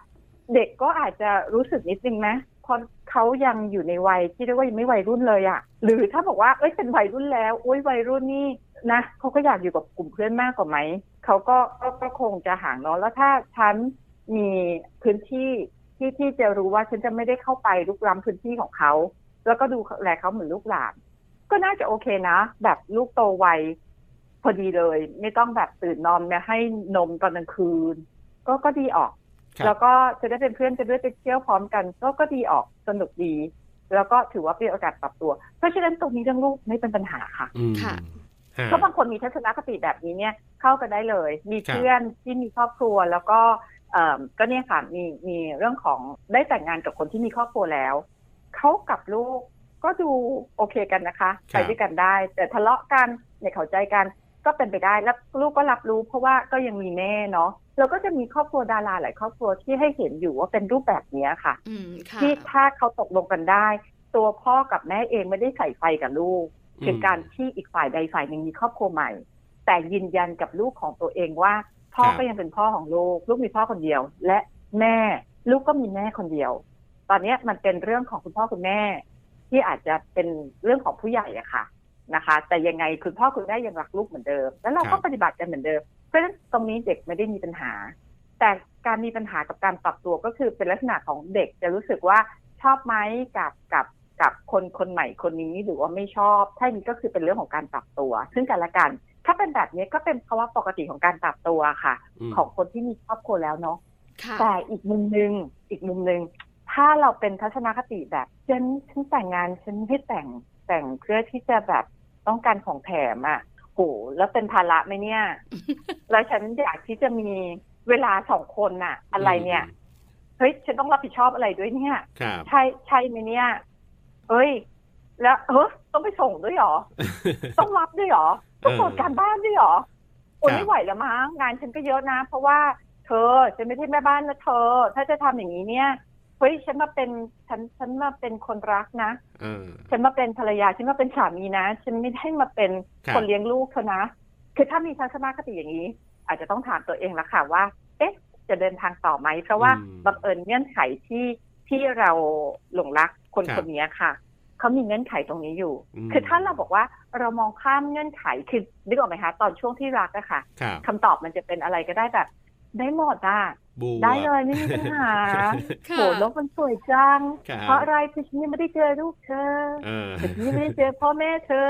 S5: เด็กก็อาจจะรู้สึกนิดนึงนะเพราะเขายังอยู่ในวัยที่เรียกว่ายังไม่วัยรุ่นเลยอะหรือถ้าบอกว่าเอ้ยเป็นวัยรุ่นแล้วอุ้ยวัยรุ่นนี่นะเขาก็อยากอยู่กับกลุ่มเพื่อนมากกว่าไหมเขาก็ก็ก็คงจะห่างเนาะแล้วถ้าฉันมีพื้นที่ที่ที่จะรู้ว่าฉันจะไม่ได้เข้าไปลุกล้ำพื้นที่ของเขา แล้วก็ดูแลเขาเหมือนลูกหลาน ก็น่าจะโอเคนะ แบบลูกโตไวพอดีเลย ไม่ต้องแบบตื่นนอนมาให้นมตอนกลางคืน ก็ก็ดีออก
S2: ครับ
S5: แล้วก็จะได้เป็นเพื่อนจะได้ไปเที่ยวพร้อมกัน ก็ก็ดีออกสนุกดี แล้วก็ถือว่าเป็นโอกาสปรับตัว เพราะฉะนั้นตรงนี้เรื่องลูกไม่เป็นปัญหาค่ะ
S2: อืม
S1: ค่ะ
S2: ฮะ
S5: เพราะบางคนมีทัศนคติแบบนี้เนี่ยเข้ากันได้เลย มี
S2: ครับ
S5: เพื่อนที่มีครอบครัว แล้วก็ เอิ่มก็เนี่ยค่ะมีมีเรื่องของได้แต่งงานกับคนที่มีครอบครัวแล้วเขากับลูกก็ดูโอเคกันนะคะ
S2: ครั
S5: ไป
S2: บ
S5: ด้วยกันได้ แต่ทะเลาะกันในยเข้าใจกันก็เป็นไปได้แล้วลูกก็รับรู้ เพราะว่าก็ยังมีแม่เนาะเราก็จะมีครอบครัวดาราหลายครอบครัวที่ให้เห็นอยู่ว่าเป็นรูปแบบเนี้ยค่ะ
S1: อืมค่ะ
S5: ที่ถ้าเขาตกลงกันได้ ตัวพ่อกับแม่เองไม่ได้ใส่ไฟกับลูก
S2: อืม
S5: เป็นการที่อีกฝ่ายใดฝ่ายหนึ่งมีครอบครัวใหม่ แต่ยืนยันกับลูกของตัวเองว่า พ่อ
S2: ครับ
S5: ก็ยังเป็นพ่อของลูก ลูกมีพ่อคนเดียว และแม่ ลูกก็มีแม่คนเดียว ตอนเนี้ยมันเป็นเรื่องของคุณพ่อคุณแม่ ที่อาจจะเป็นเรื่องของผู้ใหญ่อะค่ะนะคะ แต่ยังไงคุณพ่อคุณแม่ยังรักลูกเหมือนเดิม แล้วเรา
S2: ครั
S5: ก็
S2: บ
S5: ปฏิบัติกันเหมือนเดิม เพราะฉะนั้นตรงนี้เด็กไม่ได้มีปัญหา แต่การมีปัญหากับการปรับตัวก็คือเป็นลักษณะของเด็กจะรู้สึกว่าชอบไหมกับกับกับคนคนใหม่คนนี้หรือว่าไม่ชอบถ้าอย่างนี้ก็คือเป็นเรื่องของการปรับตัว ซึ่งกันและกัน ถ้าเป็นแบบนี้ก็เป็นภาวะปกติของการปรับตัวค่ะ
S2: ม
S5: ของคนที่มีครอบครัวแล้วเนาะ
S1: ค่ะ
S5: แต่อีกมุมหนึ่งอีกมุมหนึ่งถ้าเราเป็นทัศนคติแบบฉันฉันแต่งงานฉันไม่แต่งแต่งเพื่อที่จะแบบต้องการของแถมอะ่ะโหแล้วเป็นภาระไหม เนี่ย แล้วฉันอยากที่จะมีเวลาสองคนน่ะ อะไรเนี่ย
S2: อืม
S5: เฮ้ยฉันต้องรับผิดชอบอะไรด้วยเนี่ย
S2: ครับ
S5: ใช่ใช่ไหมเนี่ยเอ้ย แล้วเออต้องไปส่งด้วยเหรอ ต้องรับด้วยเหรอ ต้องตรวจการบ้านด้วยเหรอโอ้
S2: ครับ
S5: ไม่ไหวแล้วมั้งงานฉันก็เยอะนะ เพราะว่าเธอฉันไม่ใช่แม่บ้านนะเธอ ถ้าจะทำอย่างนี้เนี่ยเฮ้ยฉันมาเป็นฉันฉันมาเป็นคนรักนะ
S2: เออ
S5: ฉันมาเป็นภรรยาฉันมาเป็นสามีนะ ฉันไม่ได้มาเป็น
S2: ครับ
S5: คนเลี้ยงลูกเธอนะ คือถ้ามีทัศนคติอย่างนี้ อาจจะต้องถามตัวเองละค่ะว่า เอ๊ะ จะเดินทางต่อไหมเพราะว่าบังเอิญเงื่อนไขที่ที่เราหลงรักคน
S2: ครับ
S5: คนนี้ค่ะเขามีเงื่อนไขตรงนี้อยู่
S2: อืม
S5: คือถ้าเราบอกว่าเรามองข้ามเงื่อนไขคือนึกออกไหมคะตอนช่วงที่รักอะค่ะ
S2: ครับ
S5: คำตอบมันจะเป็นอะไรก็ได้แบบ ได้หมดอะ
S2: บวก
S5: ได้เลยไม่มีปัญหา
S1: ค่ะ
S5: โหโลกมันสวยจัง
S2: ครับ
S5: เพราะอะไรคือฉันยังไม่ได้เจอลูกเธอ
S2: เออ
S5: นี่ไม่ได้เจอพ่อแม่เธอ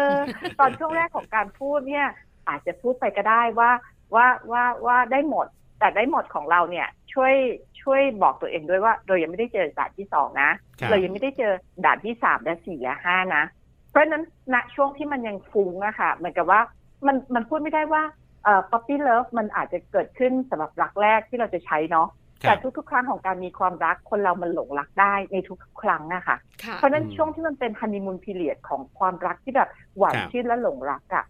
S5: ตอนช่วงแรกของการพูดเนี่ย อาจจะพูดไปก็ได้ว่าว่าว่าว่าได้หมด แต่ได้หมดของเราเนี่ย ช่วยช่วยบอกตัวเองด้วยว่าเรายังไม่ได้เจอด่านที่สองนะครับ เรายังไม่ได้เจอด่านที่สามและสี่และห้านะ เพราะฉะนั้นณช่วงที่มันยังฟุ้งอะค่ะเหมือนกับว่ามันมันพูดไม่ได้ว่าเอ่อ puppy love มันอาจจะเกิดขึ้นสำหรับรักแรกที่เราจะใช้เนาะ
S2: ครั
S5: แต่
S2: บ
S5: ทุกๆ ครั้งของการมีความรักคนเรามันหลงรักได้ในทุกๆครั้งอะค่ะ
S1: ค่ะ
S5: เพราะฉะนั้น
S2: อืม
S5: ช่วงที่มันเป็นฮันนีมูนพีเรียดของความรักที่แบบหวาน
S2: ครับ
S5: ชื่นและหลงรักอะ่ะ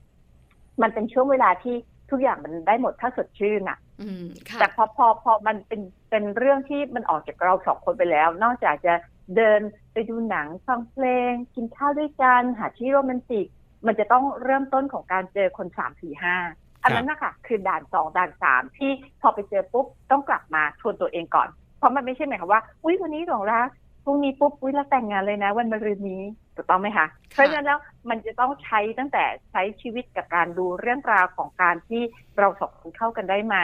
S5: มันเป็นช่วงเวลาที่ทุกอย่างมันได้หมดถ้าสดชื่นอะ่ะ
S1: อืมค่ะ
S5: แต่พอพอพอมันเป็นเป็นเรื่องที่มันออกจากเราสองคนไปแล้ว นอกจากจะเดินไปดูหนังฟังเพลง กินข้าวด้วยกันหาที่โรแมนติก มันจะต้องเริ่มต้นของการเจอคนสามสี่ห้าอันนั้นนะคะคือด่านสองด่านสามที่พอไปเจอปุ๊บต้องกลับมาทวนตัวเองก่อน เพราะมันไม่ใช่หมายความว่า อุ้ยวันนี้หลงรักพรุ่งนี้ปุ๊บอุ้ยเราแต่งงานเลยนะ วันมะรืนนี้ถูกต้องไหมคะเพราะฉะนั้นแล้วมันจะต้องใช้ตั้งแต่ใช้ชีวิตกับการดูเรื่องราวของการที่เราสองคนเข้ากันได้ไหม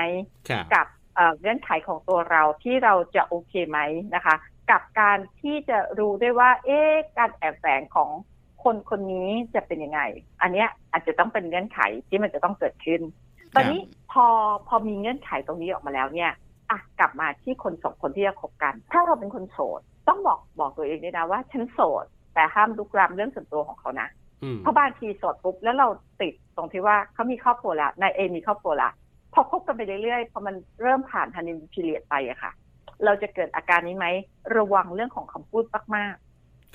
S2: ครับ
S5: กับเอ่อเงื่อนไขของตัวเราที่เราจะโอเคไหมนะคะ กับการที่จะรู้ได้ว่า เอ๊ะการแอบแฝงของคนคนนี้จะเป็นยังไง อันเนี้ยอาจจะต้องเป็นเงื่อนไขที่มันจะต้องเกิดขึ้น ตอนนี้พอพอมีเงื่อนไขตรงนี้ออกมาแล้วเนี่ยอ่ะกลับมาที่คนสองคนที่จะคบกัน ถ้าเราเป็นคนโสด ต้องบอกบอกตัวเองด้วยนะว่าฉันโสด แต่ห้ามลุกรามเรื่องส่วนตัวของเขานะ
S2: อืม
S5: เพราะบางทีโสดปุ๊บแล้วเราติดตรงที่ว่าเขามีครอบครัวละนายเอมีครอบครัวละพอคบกันไปเรื่อยๆพอมันเริ่มผ่านฮันนีมูนพีเรียดไปอะค่ะ เราจะเกิดอาการนี้ไหมระวังเรื่องของคำพูดมาก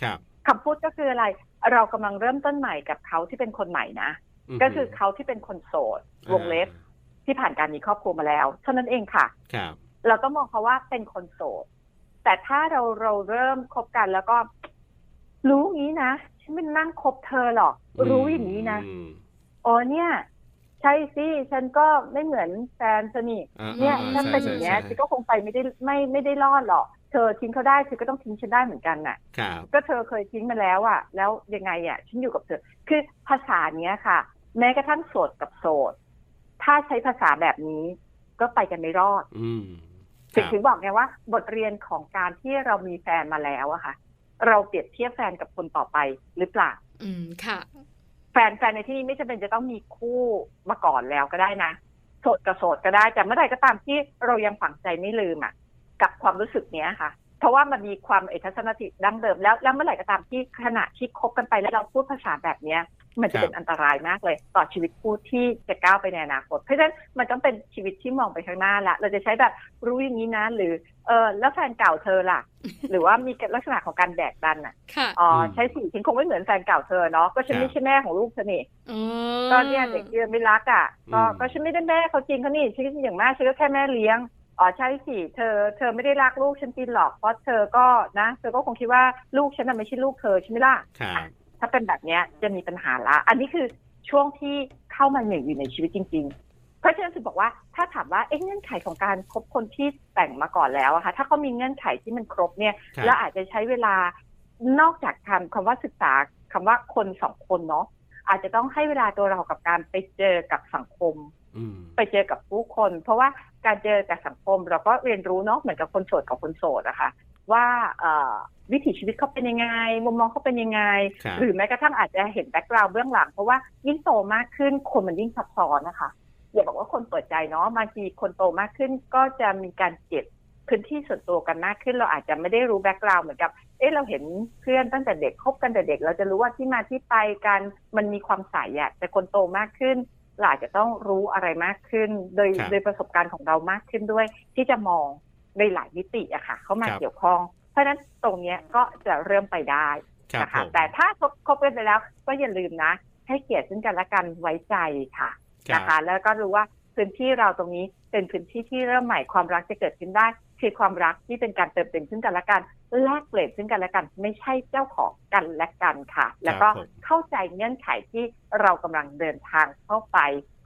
S2: ครับ
S5: ๆคำพูดก็คืออะไร เรากำลังเริ่มต้นใหม่กับเขาที่เป็นคนใหม่นะ
S2: ม
S5: ก็คือเขาที่เป็นคนโสดวงเล็บที่ผ่านการมีครอบครัวมาแล้วเท่านั้นเองค่ะ
S2: ครับ
S5: เราก็มองเขาว่าเป็นคนโสด แต่ถ้าเราเราเริ่มคบกันแล้วก็ รู้งี้นะฉันไม่นั่งคบเธอหรอก รู้อย่างนี้นะ
S2: อืม
S5: โอ้เนี่ย ใช่สิฉันก็ไม่เหมือนแฟนสนิท
S2: อ่าๆ
S5: เนี่ย
S2: อ่
S5: ถ้าเป็นอย่างเงี้ย
S2: ใช่
S5: ฉัน
S2: ใช่
S5: ก็คงไปไม่ได้ไม่ไม่ได้รอดหรอก เธอทิ้งเขาได้เธอก็ต้องทิ้งฉันได้เหมือนกันน่ะ
S2: ครับ
S5: ก็เธอเคยทิ้งมาแล้วอ่ะ แล้วยังไงอ่ะ ฉันอยู่กับเธอ คือภาษาเนี้ยค่ะ แม้กระทั่งโสดกับโสด ถ้าใช้ภาษาแบบนี้ก็ไปกันไม่รอด
S2: อืมค
S5: ถึง
S2: รับ
S5: ถึงบอกไงว่า บทเรียนของการที่เรามีแฟนมาแล้วอะค่ะ เราเปรียบเทียบแฟนกับคนต่อไปหรือเปล่า
S1: อืมค่ะ
S5: แฟนแฟนในที่นี้ไม่จำเป็นจะต้องมีคู่มาก่อนแล้วก็ได้นะโสดกับโสดก็ได้แต่เมื่อไหร่ก็ตามที่เรายังฝังใจไม่ลืมอ่ะ กับความรู้สึกเนี้ยค่ะ เพราะว่ามันมีความเอกทัศนติดั้งเดิมแล้วแล้วเมื่อไหร่ก็ตามที่ขณะที่คบกันไปแล้วเราพูดภาษาแบบเนี้ย มัน
S2: ค
S5: จะ
S2: รับ
S5: เป็นอันตรายมากเลย ต่อชีวิตผู้ที่จะก้าวไปในอนาคต เพราะฉะนั้นมันต้องเป็นชีวิตที่มองไปข้างหน้าละเราจะใช้แบบรู้อย่างนี้นะหรือเออแล้วแฟนเก่าเธอล่ะ หรือว่ามีลักษณะของการแดกดันอ่ะ
S1: ค่ะ
S5: อ๋ออ
S2: ม
S5: ใช้สีฉันคงไม่เหมือนแฟนเก่าเธอเนาะก็ฉั
S2: ค
S5: น
S2: รับ
S5: ไม่ใช่แม่ของลูกเธอนี่
S1: อ๋อ
S5: ก็เนี่ยเด็กที่ไม่รักอ่ะก็
S2: อืม
S5: ก็ฉันไม่ได้แม่เขาจริงเขานี่ฉันอย่างมากฉันก็แค่แม่เลี้ยงอ๋อใช่สิเธอ เธอไม่ได้รักลูกฉันจริงหรอกเพราะเธอก็นะ เธอก็คงคิดว่าลูกฉันน่ะไม่ใช่ลูกเธอใช่ไหมล่ะ
S2: ครับ
S5: ถ้าเป็นแบบเนี้ยจะมีปัญหาละ อันนี้คือช่วงที่เข้ามาหนึ่งอยู่ในชีวิตจริง ๆ เพราะฉะนั้นถึงบอกว่าถ้าถามว่าเอ๊ะเงื่อนไขของการคบคนที่แต่งมาก่อนแล้วอะคะถ้าเขามีเงื่อนไขที่มันครบเนี่ย
S2: ครับ
S5: แล้วอาจจะใช้เวลานอกจากคำคำว่าศึกษาคำว่าคนสองคนเนาะอาจจะต้องให้เวลาตัวเรากับการไปเจอกับสังคม
S2: อืม
S5: ไปเจอกับผู้คน เพราะว่าการเจอกับสังคมเราก็เรียนรู้เนาะเหมือนกับคนโสดกับคนโสดนะคะว่าเอ่อวิถีชีวิตเขาเป็นยังไง มุมมองเขาเป็นยังไง
S2: ครับ
S5: หรือแม้กระทั่งอาจจะเห็นแบ็กกราวด์เบื้องหลัง เพราะว่ายิ่งโตมากขึ้นคนมันยิ่งซับซ้อนนะคะ อย่าบอกว่าคนเปิดใจเนาะบางทีคนโตมากขึ้นก็จะมีการเก็บพื้นที่ส่วนตัวกันมากขึ้น เราอาจจะไม่ได้รู้แบ็กกราวด์เหมือนกับ เอ๊ะเราเห็นเพื่อนตั้งแต่เด็กคบกันแต่เด็ก เราจะรู้ว่าที่มาที่ไปกันมันมีความใสอะแต่คนโตมากขึ้นเราอาจจะต้องรู้อะไรมากขึ้น โดย
S2: ครับ
S5: โดยประสบการณ์ของเรามากขึ้นด้วย ที่จะมองในหลายมิติอะค่ะ เข้ามา
S2: ครับ
S5: เกี่ยวข้อง เพราะฉะนั้นตรงเนี้ยก็จะเริ่มไปได้
S2: ครับ
S5: นะ
S2: ผ
S5: คะ
S2: ม
S5: แต่ถ้าคบคบกันไปแล้วก็อย่าลืมนะ ให้เกียรติซึ่งกันและกันไว้ใจค่ะ
S2: ครับ
S5: นะคะ แล้วก็รู้ว่าพื้นที่เราตรงนี้เป็นพื้นที่ที่เริ่มใหม่ความรักจะเกิดขึ้นได้ คือความรักที่เป็นการเติมเต็มซึ่งกันและกันแลกเปลี่ยนซึ่งกันและกัน ไม่ใช่เจ้าของกันและกันค่ะ แล้วก็
S2: ผม
S5: เข้าใจเงื่อนไขที่เรากำลังเดินทางเข้าไป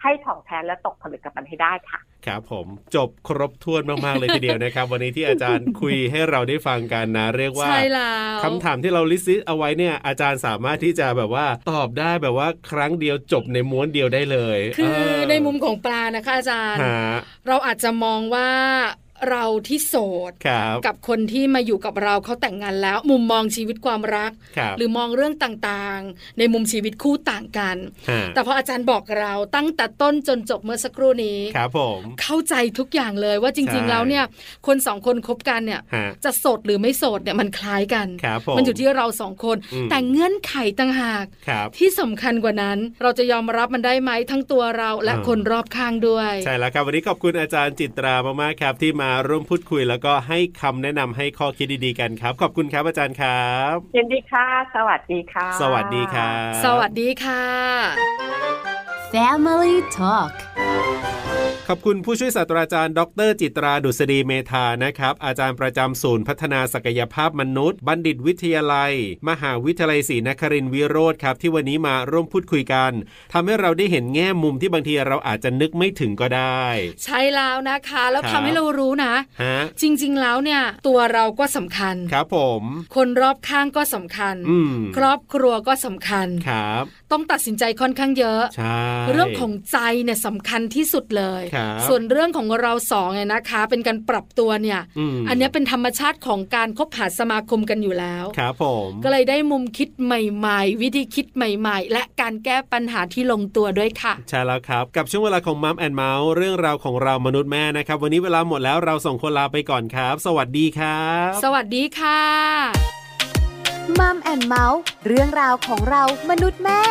S5: ให้ถ่องแท้และตกผลึกกับมันให้ได้ค่ะ
S2: ครับผม จบครบถ้วนมาก ๆ เลยทีเดียวนะครับ วันนี้ที่อาจารย์คุยให้เราได้ฟังกันนะ เรียกว่า
S1: ใช่แล้ว
S2: คำถามที่เราลิสต์เอาไว้เนี่ย อาจารย์สามารถที่จะแบบว่าตอบได้แบบว่าครั้งเดียวจบในม้วนเดียวได้เลย
S1: คือ
S2: เ
S1: ในมุมของปลานะคะอาจารย์
S2: ฮะ
S1: เราอาจจะมองว่าเราที่โสด
S2: ครับ
S1: กับคนที่มาอยู่กับเราเขาแต่งงานแล้ว มุมมองชีวิตความรัก
S2: ครับ
S1: หรือมองเรื่องต่างๆ ในมุมชีวิตคู่ต่างกัน
S2: ฮะ
S1: แต่พออาจารย์บอกเราตั้งแต่ต้นจนจบเมื่อสักครู่นี้
S2: ครับผม
S1: เข้าใจทุกอย่างเลยว่าจริง
S2: ใช่
S1: ๆ แล้วเนี่ย คนสองคนคบกันเนี่ย
S2: ฮะ
S1: จะโสดหรือไม่โสดเนี่ยมันคล้ายกัน
S2: ครับผม
S1: มันอยู่ที่เราสองคน
S2: อืม
S1: แต่เงื่อนไขต่างหาก
S2: ครับ
S1: ที่สำคัญกว่านั้น เราจะยอมรับมันได้ไหมทั้งตัวเราและ
S2: อ่า
S1: คนรอบข้างด้วย
S2: ใช่แล้วครับ วันนี้ขอบคุณอาจารย์จิตรามากๆครับ ที่มาร่วมพูดคุยแล้วก็ให้คำแนะนำให้ข้อคิดดีๆกันครับ ขอบคุณครับอาจารย์ครับ
S5: ยินดีค่ะ สวัสดีค่ะ
S2: สวัสดีครับ
S1: สวัสดีค่ะ
S4: Family Talk
S2: ขอบคุณผู้ช่วยศาสตราจารย์ดร จิตราดุษฎีเมธานะครับ อาจารย์ประจำศูนย์พัฒนาศักยภาพมนุษย์ บัณฑิตวิทยาลัย มหาวิทยาลัยศรีนครินทรวิโรธครับ ที่วันนี้มาร่วมพูดคุยกันทำให้เราได้เห็นแง่มุมที่บางทีเราอาจจะนึกไม่ถึงก็ได้
S1: ใช่แล้วนะคะ แล้ว
S2: ค
S1: ทำ
S2: รับ
S1: ให้เรารู้นะ
S2: ฮะ
S1: จริง ๆ แล้วเนี่ย ตัวเราก็สำคัญ
S2: ครับผม
S1: คนรอบข้างก็สำคัญ
S2: อืม
S1: ครอบครัวก็สำคัญ
S2: ครับ
S1: ต้องตัดสินใจค่อนข้างเยอะ
S2: ใช่
S1: เรื่องของใจเนี่ยสำคัญที่สุดเลย
S2: ครับ
S1: ส่วนเรื่องของเราสองเนี่ยนะคะ เป็นการปรับตัวเนี่ย
S2: ม
S1: อันเนี้ยเป็นธรรมชาติของการคบหาสมาคมกันอยู่แล้ว
S2: ครับผม
S1: ก็เลยได้มุมคิดใหม่ๆ วิธีคิดใหม่ๆ และการแก้ปัญหาที่ลงตัวด้วยค่ะ
S2: ใช่แล้วครับ กับช่วงเวลาของมัมแอนเมาส์เรื่องราวของเรามนุษย์แม่นะครับ วันนี้เวลาหมดแล้วเราส่งคนลาไปก่อนครับ สวัสดีครับ
S1: สวัสดีค่ะ
S4: มัมแอนเมาส์เรื่องราวของเรามนุษย์แม่